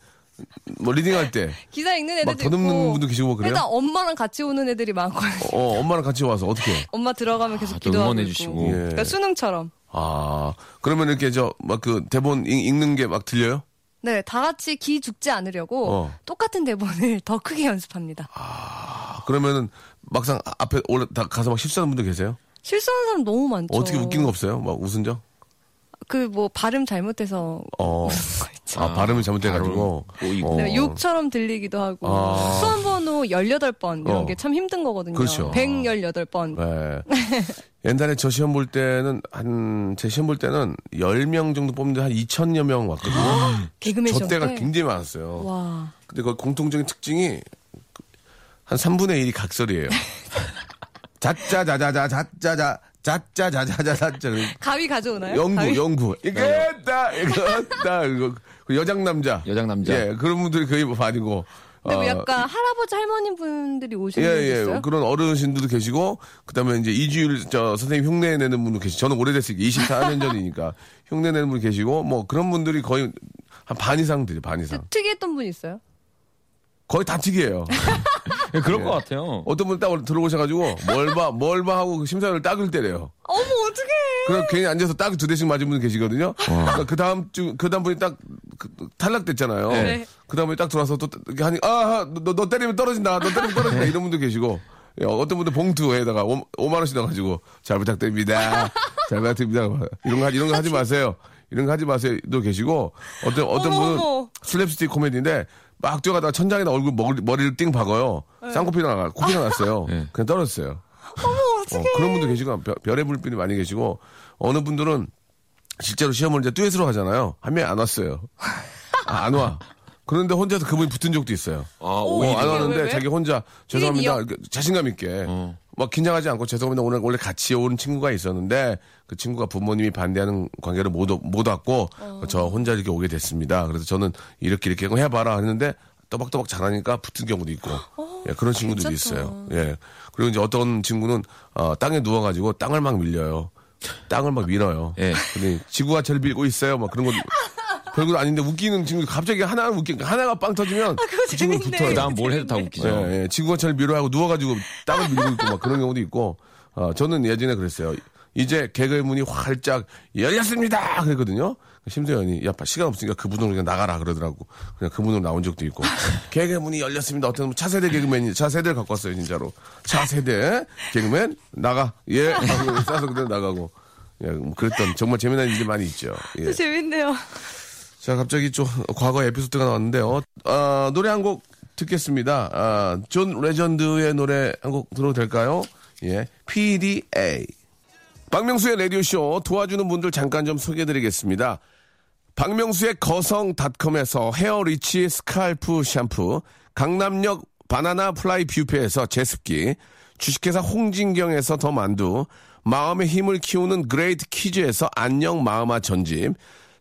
C: 뭐 리딩할 때,
E: 기사 읽는
C: 막
E: 애들도
C: 더듬는
E: 있고
C: 분도 계시고 뭐 그래요?
E: 일단 엄마랑 같이 오는 애들이 많고요.
C: 어, 엄마랑 같이 와서 어떻게?
E: 엄마 들어가면 계속
D: 아, 또
E: 기도하고
D: 응원해
E: 있고.
D: 주시고.
C: 예.
E: 그러니까 수능처럼.
C: 아, 그러면 이렇게 저, 막 그 대본 읽, 읽는 게 막 들려요?
E: 네, 다 같이 기 죽지 않으려고
C: 어.
E: 똑같은 대본을 더 크게 연습합니다.
C: 아, 그러면은 막상 아- 앞에 올라, 다 가서 막 실수하는 분들 계세요?
E: 실수하는 사람 너무 많죠.
C: 어떻게 웃긴 거 없어요? 막 웃은 적?
E: 그뭐 발음 잘못해서
C: 어.
E: 거 있죠.
C: 아, 발음을 잘못해가지고. 어.
D: 발음 꼬이고.
E: 네, 욕처럼 들리기도 하고
C: 아.
E: 수험번호 18번 이런
C: 어.
E: 게 참 힘든 거거든요.
C: 그렇죠.
E: 118번.
C: 예. 옛날에 저 시험 볼 때는 한, 제 시험 볼 때는 10명 정도 뽑는데 한 2천여 명 왔거든요.
E: 개그맨
C: 저
E: 시험 때.
C: 때가 굉장히 많았어요.
E: 와.
C: 근데 그 공통적인 특징이 한 3분의 1이 각설이에요. 자짜자자자, 자짜자, 자짜자자자, 자짜.
E: 가위 가져오나요? 네.
C: 영구,
E: 가위?
C: 영구. 이겼다, 이겼다. 이거. 그 여장 남자.
D: 여장 남자.
C: 예, 그런 분들이 거의 반이고.
E: 근데 뭐
C: 어,
E: 약간 할아버지 할머니 분들이 오시는 분
C: 예,
E: 있어요?
C: 예. 그런 어르신들도 계시고, 그 다음에 이제 이주일 저 선생님 흉내 내는 분도 계시고, 저는 오래됐으니까 24년 전이니까 흉내 내는 분 계시고, 뭐 그런 분들이 거의 한 반 이상 들이반 이상.
E: 특이했던 분 있어요?
C: 거의 다 특이해요.
D: 예, 그럴 것 같아요.
C: 어떤 분 딱 들어오셔가지고, 뭘 봐, 뭘 봐 하고 그 심사위원을 딱을 때려요.
E: 어머 어떡해.
C: 그럼 괜히 앉아서 딱 두 대씩 맞은 분 계시거든요. 그 다음 주, 그 다음 분이 딱 그- 탈락됐잖아요.
E: 네.
C: 그 다음 분이 딱 들어와서 또 이렇게 하니, 아, 너, 너- 너 때리면 떨어진다. 너 때리면 떨어진다. 이런 분도 계시고. 예, 어떤 분들 봉투에다가 5, 만원씩 넣어가지고 잘 부탁드립니다. 잘 부탁드립니다. 이런 거, 하- 이런 거 하지 마세요. 이런 거 하지 마세요.도 계시고 어떤 어떤
E: 어머,
C: 분은
E: 어머.
C: 슬랩스틱 코미디인데 막 뛰어가다가 천장에다 얼굴 머리, 머리를 띵 박아요.
E: 네.
C: 쌍코피가 나 코피가 났어요. 그냥 떨어졌어요.
E: 어머
C: 어,
E: 어떡해.
C: 그런 분도 계시고 별- 별의 불빛이 많이 계시고 어느 분들은 실제로 시험을 이제 듀엣으로 하잖아요. 한 명이 안 왔어요. 아, 안 와. 그런데 혼자서 그분이 붙은 적도 있어요.
D: 아,
C: 어,
E: 오, 왜,
C: 안
E: 왜,
C: 왔는데
E: 왜?
C: 자기 혼자 죄송합니다.
E: 일인이요?
C: 이렇게 자신감 있게 막 긴장하지 않고 죄송합니다. 오늘 원래 같이 온 친구가 있었는데 그 친구가 부모님이 반대하는 관계를 못, 오- 못 왔고
E: 어.
C: 저 혼자 이렇게 오게 됐습니다. 그래서 저는 이렇게 이렇게 해봐라 했는데 또박또박 잘하니까 붙은 경우도 있고 예, 그런 친구들도
E: 어, 괜찮다.
C: 있어요. 예. 그리고 이제 어떤 친구는 어, 땅에 누워가지고 땅을 막 밀려요. 땅을 막 밀어요.
D: 예.
C: 근데 지구가 절 밀고 있어요. 막 그런 거 별거 아닌데 웃기는 친구 갑자기 하나는 웃기 하나가 빵 터지면
E: 아, 그거
C: 그 친구는
E: 재밌네.
C: 붙어요.
D: 그 다음 뭘 해도 다 웃기죠.
C: 예, 예. 지구가 절 밀어하고 누워가지고 땅을 밀고 있고 막 그런 경우도 있고, 어, 저는 예전에 그랬어요. 이제 개그의 문이 활짝 열렸습니다! 그랬거든요. 심수연이, 야, 빠, 시간 없으니까 그 문으로 그냥 나가라 그러더라고. 그냥 그 문으로 나온 적도 있고. 개그의 문이 열렸습니다. 어떤 분 차세대 개그맨이, 차세대를 갖고 왔어요, 진짜로. 차세대 개그맨, 나가. 예. 하고 싸서 그대로 나가고. 예, 뭐 그랬던 정말 재미난 일이 많이 있죠. 예.
E: 재밌네요.
C: 자, 갑자기 좀 과거 에피소드가 나왔는데요. 아, 노래 한 곡 듣겠습니다. 아, 존 레전드의 노래 한 곡 들어도 될까요? 예. PDA. 박명수의 라디오쇼 도와주는 분들 잠깐 좀 소개해드리겠습니다. 박명수의 거성닷컴에서 헤어리치 스칼프 샴푸, 강남역 바나나 플라이 뷰페에서 제습기, 주식회사 홍진경에서 더 만두, 마음의 힘을 키우는 그레이트 키즈에서 안녕 마음아 전집,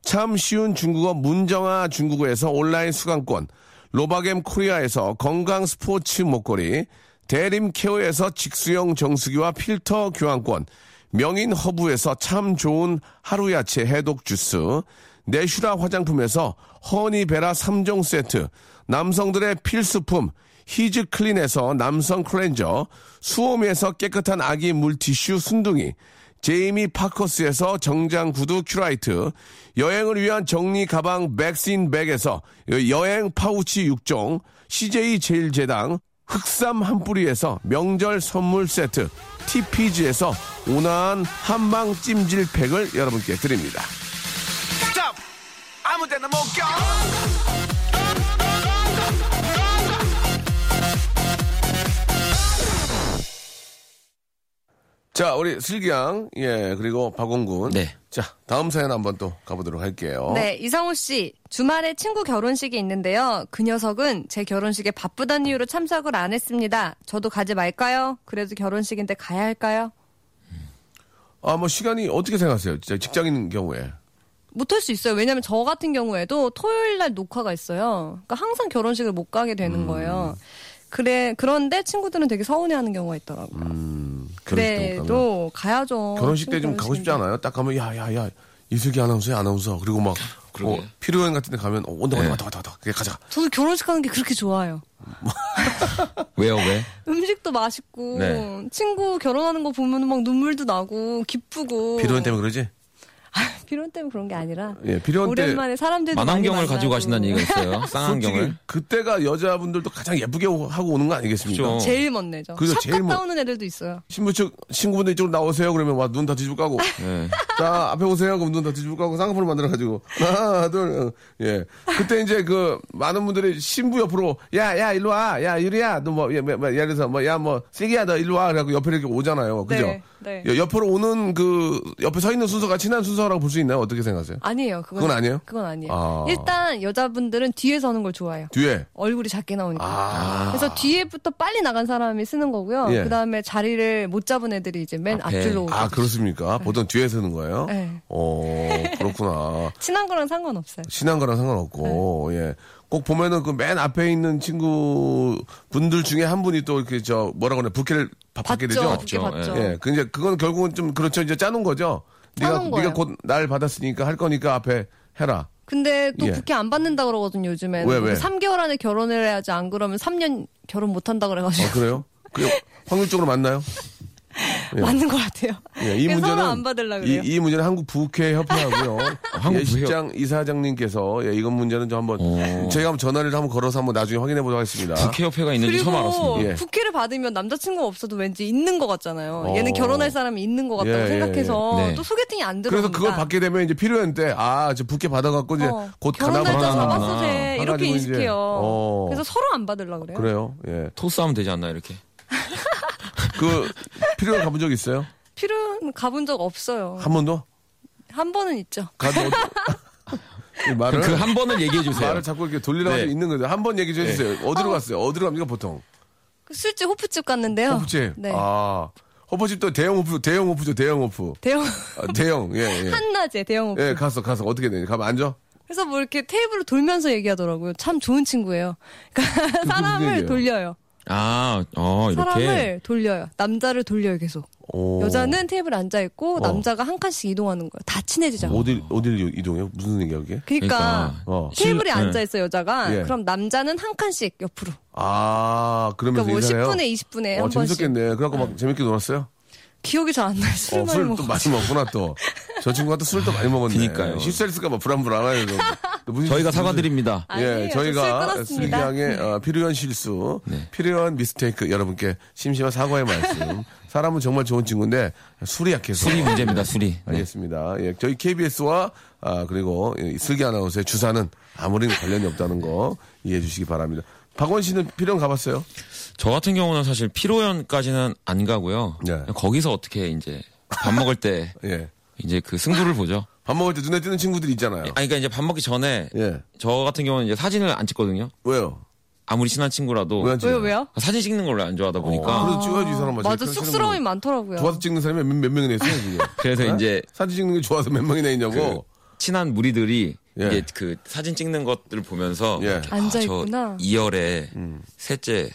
C: 참 쉬운 중국어 문정아 중국어에서 온라인 수강권, 로바겜 코리아에서 건강 스포츠 목걸이, 대림 케어에서 직수형 정수기와 필터 교환권, 명인 허브에서 참 좋은 하루 야채 해독 주스, 내슈라 화장품에서 허니베라 3종 세트, 남성들의 필수품 히즈 클린에서 남성 클렌저, 수오미에서 깨끗한 아기 물티슈 순둥이, 제이미 파커스에서 정장 구두 큐라이트, 여행을 위한 정리 가방 백신 백에서 여행 파우치 6종, CJ 제일제당, 흑삼 한 뿌리에서 명절 선물 세트, TPG에서 온화한 한방 찜질팩을 여러분께 드립니다. 자, 우리 슬기양, 예, 그리고 박원군.
D: 네.
C: 자, 다음 사연 한번 또 가보도록 할게요.
E: 네, 이상우 씨. 주말에 친구 결혼식이 있는데요. 그 녀석은 제 결혼식에 바쁘다는 이유로 참석을 안 했습니다. 저도 가지 말까요? 그래도 결혼식인데 가야 할까요?
C: 아, 뭐 시간이 어떻게 생각하세요? 진짜 직장인 경우에.
E: 못할 수 있어요. 왜냐면 저 같은 경우에도 토요일 날 녹화가 있어요. 그러니까 항상 결혼식을 못 가게 되는
C: 음.
E: 거예요. 그래 그런데 친구들은 되게 서운해하는 경우가 있더라고요.
C: 음, 결혼식 때 가면.
E: 그래도 가야죠.
C: 결혼식 네, 때좀
E: 친구
C: 가고 싶지
E: 결혼식인데.
C: 않아요? 딱 가면 야, 야, 야. 이슬기 아나운서야, 아나운서. 그리고 막, 뭐,
D: 그러게.
C: 피로연 같은 데 가면, 어, 온다, 온다, 왔다, 왔다, 왔다. 그래, 가자.
E: 저도 결혼식 가는 게 그렇게 좋아요.
D: 왜요 왜?
E: 음식도 맛있고
D: 네.
E: 친구 결혼하는 거 보면 막 눈물도 나고 기쁘고
C: 피로연 때문에 그러지?
E: 비론 때문에 그런 게 아니라
C: 예, 비론 때
E: 오랜만에 사람들도
D: 만환경을
E: 많이 만나고.
D: 가지고 가신다는 얘기가 있어요. 쌍안경을.
C: 솔직히 그때가 여자분들도 가장 예쁘게 하고 오는 거 아니겠습니까?
D: 그죠.
E: 제일 멋내죠.
C: 그죠,
E: 샵
C: 제일
E: 갔다
C: 멋-
E: 오는 애들도 있어요.
C: 신부 측, 친구분들 이쪽으로 나오세요. 그러면 와, 눈 다 뒤집어 까고.
D: 네.
C: 자, 앞에 오세요. 그럼 눈 다 뒤집어 까고 쌍꺼풀 만들어가지고. 하나, 둘, 어, 예. 그때 이제 그, 많은 분들이 신부 옆으로, 야, 야, 일로 와. 야, 유리야. 너 뭐, 예, 뭐, 예를 들어서 뭐, 야, 뭐, 세기야, 너 일로 와. 그래갖고 옆에 이렇게 오잖아요. 그죠?
E: 네, 네.
C: 예, 옆으로 오는 그, 옆에 서 있는 순서가 친한 순서라고 볼 수 있나요? 어떻게 생각하세요?
E: 아니에요. 그건,
C: 그건 아니에요?
E: 그건 아니에요.
C: 아.
E: 일단 여자분들은 뒤에서 하는 걸 좋아해요.
C: 뒤에.
E: 얼굴이 작게 나오니까.
C: 아.
E: 그래서 뒤에부터 빨리 나간 사람이 쓰는 거고요.
C: 예.
E: 그다음에 자리를 못 잡은 애들이 이제 맨
D: 앞에.
E: 앞줄로 오죠.
C: 아, 그렇습니까? 보통 뒤에 서는 거예요?
E: 네.
C: 어, 그렇구나.
E: 친한 거랑 상관없어요.
C: 친한 거랑
E: 네.
C: 상관없고, 예. 꼭 보면은 그 맨 앞에 있는 친구 분들 중에 한 분이 또 이렇게 저 뭐라 그러나 부캐를 받- 받게
E: 봤죠.
C: 되죠.
E: 어떻게
D: 맞죠.
E: 봤죠.
C: 예. 그 이제 그건 결국은 좀 그렇죠. 이제 짜놓은 거죠. 네가
E: 짜놓은
C: 네가
E: 거예요.
C: 곧 날 받았으니까 할 거니까 앞에 해라.
E: 근데 또
C: 예.
E: 국회 안 받는다 그러거든요, 요즘에.
C: 왜, 왜?
E: 3개월 안에 결혼을 해야지 안 그러면 3년 결혼 못 한다 그래 가지고.
C: 아, 그래요? 그 확률적으로 맞나요?
E: 맞는 것 같아요.
C: 그, 예, 이
E: 그래서
C: 문제는
E: 서로 안 받으려고 그래요.
C: 이, 이 문제는 한국 부캐 협회하고요.
D: 한국
C: 예,
D: 부캐
C: 시장 이사장님께서 예, 이건 문제는 좀 한번
E: 어.
D: 오.
C: 저희가 한번 전화를 한번 걸어서 한번 나중에 확인해 보도록 하겠습니다.
D: 국회협회가 있는지 처음 알았습니다.
C: 예.
E: 국회를 받으면 남자친구가 없어도 왠지 있는 것 같잖아요.
C: 어.
E: 얘는 결혼할 사람이 있는 것 같다고
C: 예, 예,
E: 생각해서
D: 예. 네.
E: 또 소개팅이 안 들어.
C: 그래서 그걸 받게 되면 이제 필요한 때, 아, 저 부캐 받아갖고 이제 곧 가나
E: 어, 결혼
C: 보다.
E: 날짜
D: 보다.
E: 잡았어 돼 이렇게
C: 해가지고 이제,
E: 인식해요.
C: 어.
E: 그래서 서로 안 받으려 그래요.
C: 그래요. 예.
D: 토스하면 되지 않나 이렇게.
C: 그 필요한 가본 적 있어요?
E: 필요는 가본 적 없어요.
C: 한 번도?
E: 한 번은 있죠.
C: 가도 어디- 이 말을
D: 그 한 번을 얘기해 주세요.
C: 말을 자꾸 이렇게 돌리라고
D: 네.
C: 있는 거죠. 한 번 얘기 좀 해주세요. 어디로 갔어요? 어디로 갑니까 보통?
E: 그 술집 호프집 갔는데요.
C: 호프집.
E: 네.
C: 아, 호프집도 대형 호프, 대형 호프죠. 대형 호프.
E: 대형
C: 아, 대형. 예, 예.
E: 한낮에 대형 호프.
C: 예, 가서 가서 어떻게 되냐? 가면 앉아.
E: 그래서 뭐 이렇게 테이블을 돌면서 얘기하더라고요. 참 좋은 친구예요. 그러니까
C: 얘기예요?
E: 사람을 돌려요.
D: 아, 어 이렇게.
E: 사람을 돌려요. 남자를 돌려요 계속.
C: 오.
E: 여자는 테이블 앉아 있고
C: 어.
E: 남자가 한 칸씩 이동하는 거예요. 다 친해지잖아.
C: 어디 어디를 이동해요? 무슨 얘기야 그게?
E: 그러니까,
C: 어.
E: 테이블에
D: 실-
E: 앉아 있어 여자가.
C: 예.
E: 그럼 남자는 한 칸씩 옆으로.
C: 아, 그러면서
E: 그러니까 뭐
C: 인사해요?
E: 10분에 20분에
C: 어,
E: 한 번씩.
C: 재밌었겠네. 그래갖고 막 재밌게 놀았어요?
E: 기억이 잘 안 나요. 술
C: 어,
E: 많이
C: 술또
E: 먹어.
C: 많이 먹구나 또. 저 친구가 또 술도 많이 먹었네.
D: 그니까요.
C: 휩쓸릴까 봐 불안불안해요. 좀. 또 무슨-
D: 저희가
C: 무슨-
D: 사과드립니다.
E: 아니에요.
C: 예,
E: 저술
C: 저희가
E: 끊었습니다. 네.
C: 슬기양의 어, 필요한 실수,
D: 네.
C: 필요한 미스테이크 여러분께 심심한 사과의 말씀. 사람은 정말 좋은 친구인데 술이 약해서.
D: 술이 문제입니다. 술이. 네.
C: 알겠습니다. 예, 저희 KBS와 아, 그리고 이 슬기 아나운서의 주사는 아무리 관련이 없다는 거 이해해 주시기 바랍니다. 박원 씨는 필요한 가봤어요?
D: 저 같은 경우는 사실 피로연까지는 안 가고요.
C: 네.
D: 거기서 어떻게 이제 밥 먹을 때
C: 예.
D: 이제 그 승부를 보죠.
C: 밥 먹을 때 눈에 띄는 친구들 있잖아요.
D: 아니 그러니까 이제 밥 먹기 전에
C: 예.
D: 저 같은 경우는 이제 사진을 안 찍거든요.
C: 왜요?
D: 아무리 친한 친구라도
C: 왜안
E: 왜요 왜요?
D: 사진 찍는 걸 안 좋아하다 보니까
C: 그래도 찍어야지 이 사람 맞아.
E: 맞아 쑥스러움이 많더라고요.
C: 좋아서 찍는 사람이 몇, 몇 명이나 있어요, 지금.
D: 그래서
C: 어?
D: 이제
C: 사진 찍는 게 좋아서 몇 명이나
D: 그
C: 있냐고.
D: 친한 무리들이
C: 예.
D: 이게 그 사진 찍는 것들을 보면서
C: 예. 음.
D: 이렇게,
E: 앉아있구나.
D: 저 2열에 셋째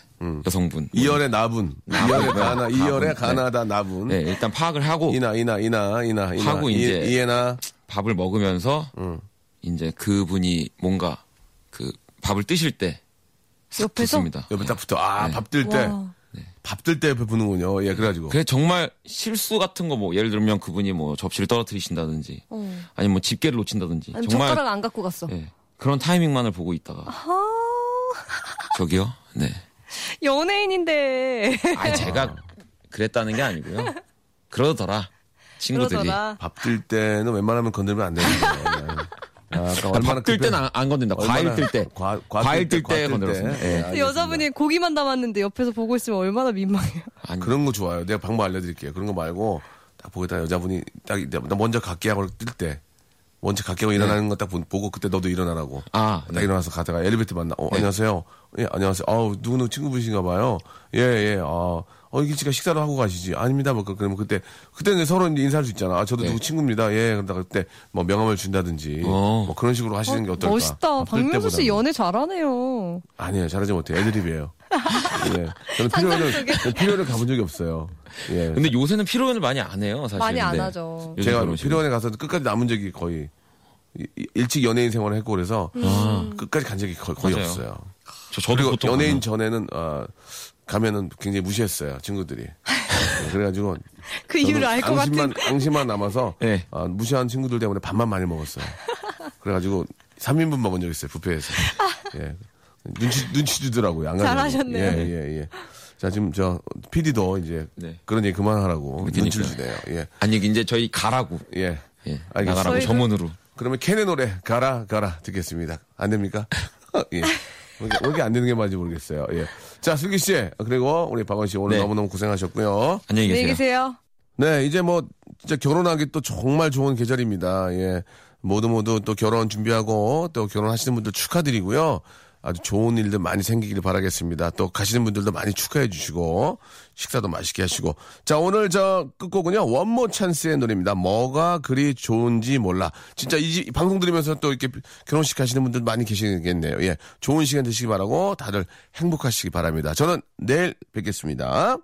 D: 여성분
C: 이열의 나분. 이열의 가나, 이열의
D: 나분.
C: 가나다 나분.
D: 네, 일단 파악을 하고
C: 이나, 이나, 이나, 이나, 이나.
D: 하고
C: 이-
D: 이제-
C: 이해나.
D: 밥을 먹으면서
C: 음.
D: 이제 그분이 뭔가 그 밥을 뜨실 때
E: 옆에서
D: 좋습니다. 네.
C: 옆에 딱 붙어. 아, 밥 뜰 때.
E: 와.
C: 바쁠 때 베푸는군요. 예, 그래가지고.
D: 그게 정말 실수 같은 거 뭐 예를 들면 그분이 뭐 접시를 떨어뜨리신다든지 아니면 뭐 집게를 놓친다든지
E: 아니,
D: 정말
E: 젓가락을 안 갖고 갔어.
D: 예, 그런 타이밍만을 보고 있다가
E: 아,
D: 저기요. 네.
E: 연예인인데.
D: 아니 제가 그랬다는 게 아니고요. 그러더라 친구들이.
E: 그러더라.
C: 바쁠 때는 웬만하면 건들면 안 되는데. 아, 아까 얼마나
D: 그러니까 밥뜰 때는 안, 안 건든다. 과일
C: 얼마나
D: 뜰 때.
C: 과- 과-
D: 과일
C: 뜰 때,
D: 뜰
C: 과-
D: 때
C: 뜰
D: 건드렸습니다.
C: 때.
D: 예.
E: 아,
C: 네,
E: 여자분이 고기만 담았는데 옆에서 보고 있으면 얼마나 민망해요.
D: 아니,
C: 그런 거 좋아요. 내가 방법 알려드릴게요. 그런 거 말고 딱 보겠다 여자분이 딱 이제 나 먼저 갈게 하고 뜰 때. 먼저 갈게 하고 일어나는 거 딱 보고 그때 너도 일어나라고.
D: 네. 아, 네.
C: 딱 일어나서 가다가 엘리베이터 만나. 어, 안녕하세요. 예, 안녕하세요. 아우, 누구누구 친구분이신가 봐요. 예, 예. 아, 어, 이게 지금 식사를 하고 가시지. 아닙니다. 뭐, 그- 그러면 그때, 그때는 서로 이제 인사할 수 있잖아. 아, 저도 누구 친구입니다. 예. 그러다가 그때 뭐 명함을 준다든지.
D: 네. 어.
C: 뭐 그런 식으로 하시는 게 어떨까.
E: 멋있다.
C: 바쁠
E: 박명수 씨
C: 때보다는.
E: 연애 잘하네요.
C: 아니에요. 잘하지 못해요. 애드립이에요. 예. 저는 필요를, 뭐 필요를 가본 적이 없어요. 예.
D: 근데 요새는 피로연을 많이 안 해요, 네. 사실.
E: 많이 안 하죠.
C: 제가 필요원에 가서 끝까지 남은 적이 거의 이- 이- 일찍 연예인 생활을 했고 그래서 끝까지 간 적이 거의, 거의
D: 맞아요.
C: 없어요.
D: 저, 저도
C: 그리고
D: 보통
C: 연예인
D: 가면-
C: 전에는 아, 가면은 굉장히 무시했어요 친구들이. 네, 그래가지고
E: 그 이유를
C: 저는
E: 알 것
C: 앙심만
E: 같은데.
C: 앙심만 남아서
D: 네.
C: 아, 무시한 친구들 때문에 밥만 많이 먹었어요. 그래가지고 3인분 먹은 적 있어요 뷔페에서. 예. 눈치 눈치 주더라고요. 안 가려고.
E: 아. 잘하셨네요.
C: 예, 예, 예. 자 지금 저 PD도 이제
D: 네.
C: 그런 얘기 그만하라고 눈치를 주네요. 예.
D: 아니, 이제 저희 가라고.
C: 예.
D: 예.
C: 알겠습니다.
D: 나가라고
E: 저희도-
D: 전문으로.
C: 그러면 캔의 노래 가라 가라 듣겠습니다. 안 됩니까? 예. 왜 이렇게- 왜 이렇게 안 되는 게 맞는지 모르겠어요. 예. 자 슬기 씨 그리고 우리 박원 씨 오늘
D: 네.
C: 너무너무 고생하셨고요.
D: 안녕히
E: 안녕히
D: 계세요.
E: 계세요.
C: 네 이제 뭐 진짜 결혼하기 또 정말 좋은 계절입니다. 예. 모두 모두 또 결혼 준비하고 또 결혼하시는 분들 축하드리고요. 아주 좋은 일들 많이 생기길 바라겠습니다. 또 가시는 분들도 많이 축하해 주시고 식사도 맛있게 하시고 자 오늘 저 끝곡은요 원모 찬스의 노래입니다. 뭐가 그리 좋은지 몰라. 진짜 이, 집- 이 방송 들으면서 또 이렇게 결혼식 하시는 분들 많이 계시겠네요. 예 좋은 시간 되시기 바라고 다들 행복하시기 바랍니다. 저는 내일 뵙겠습니다.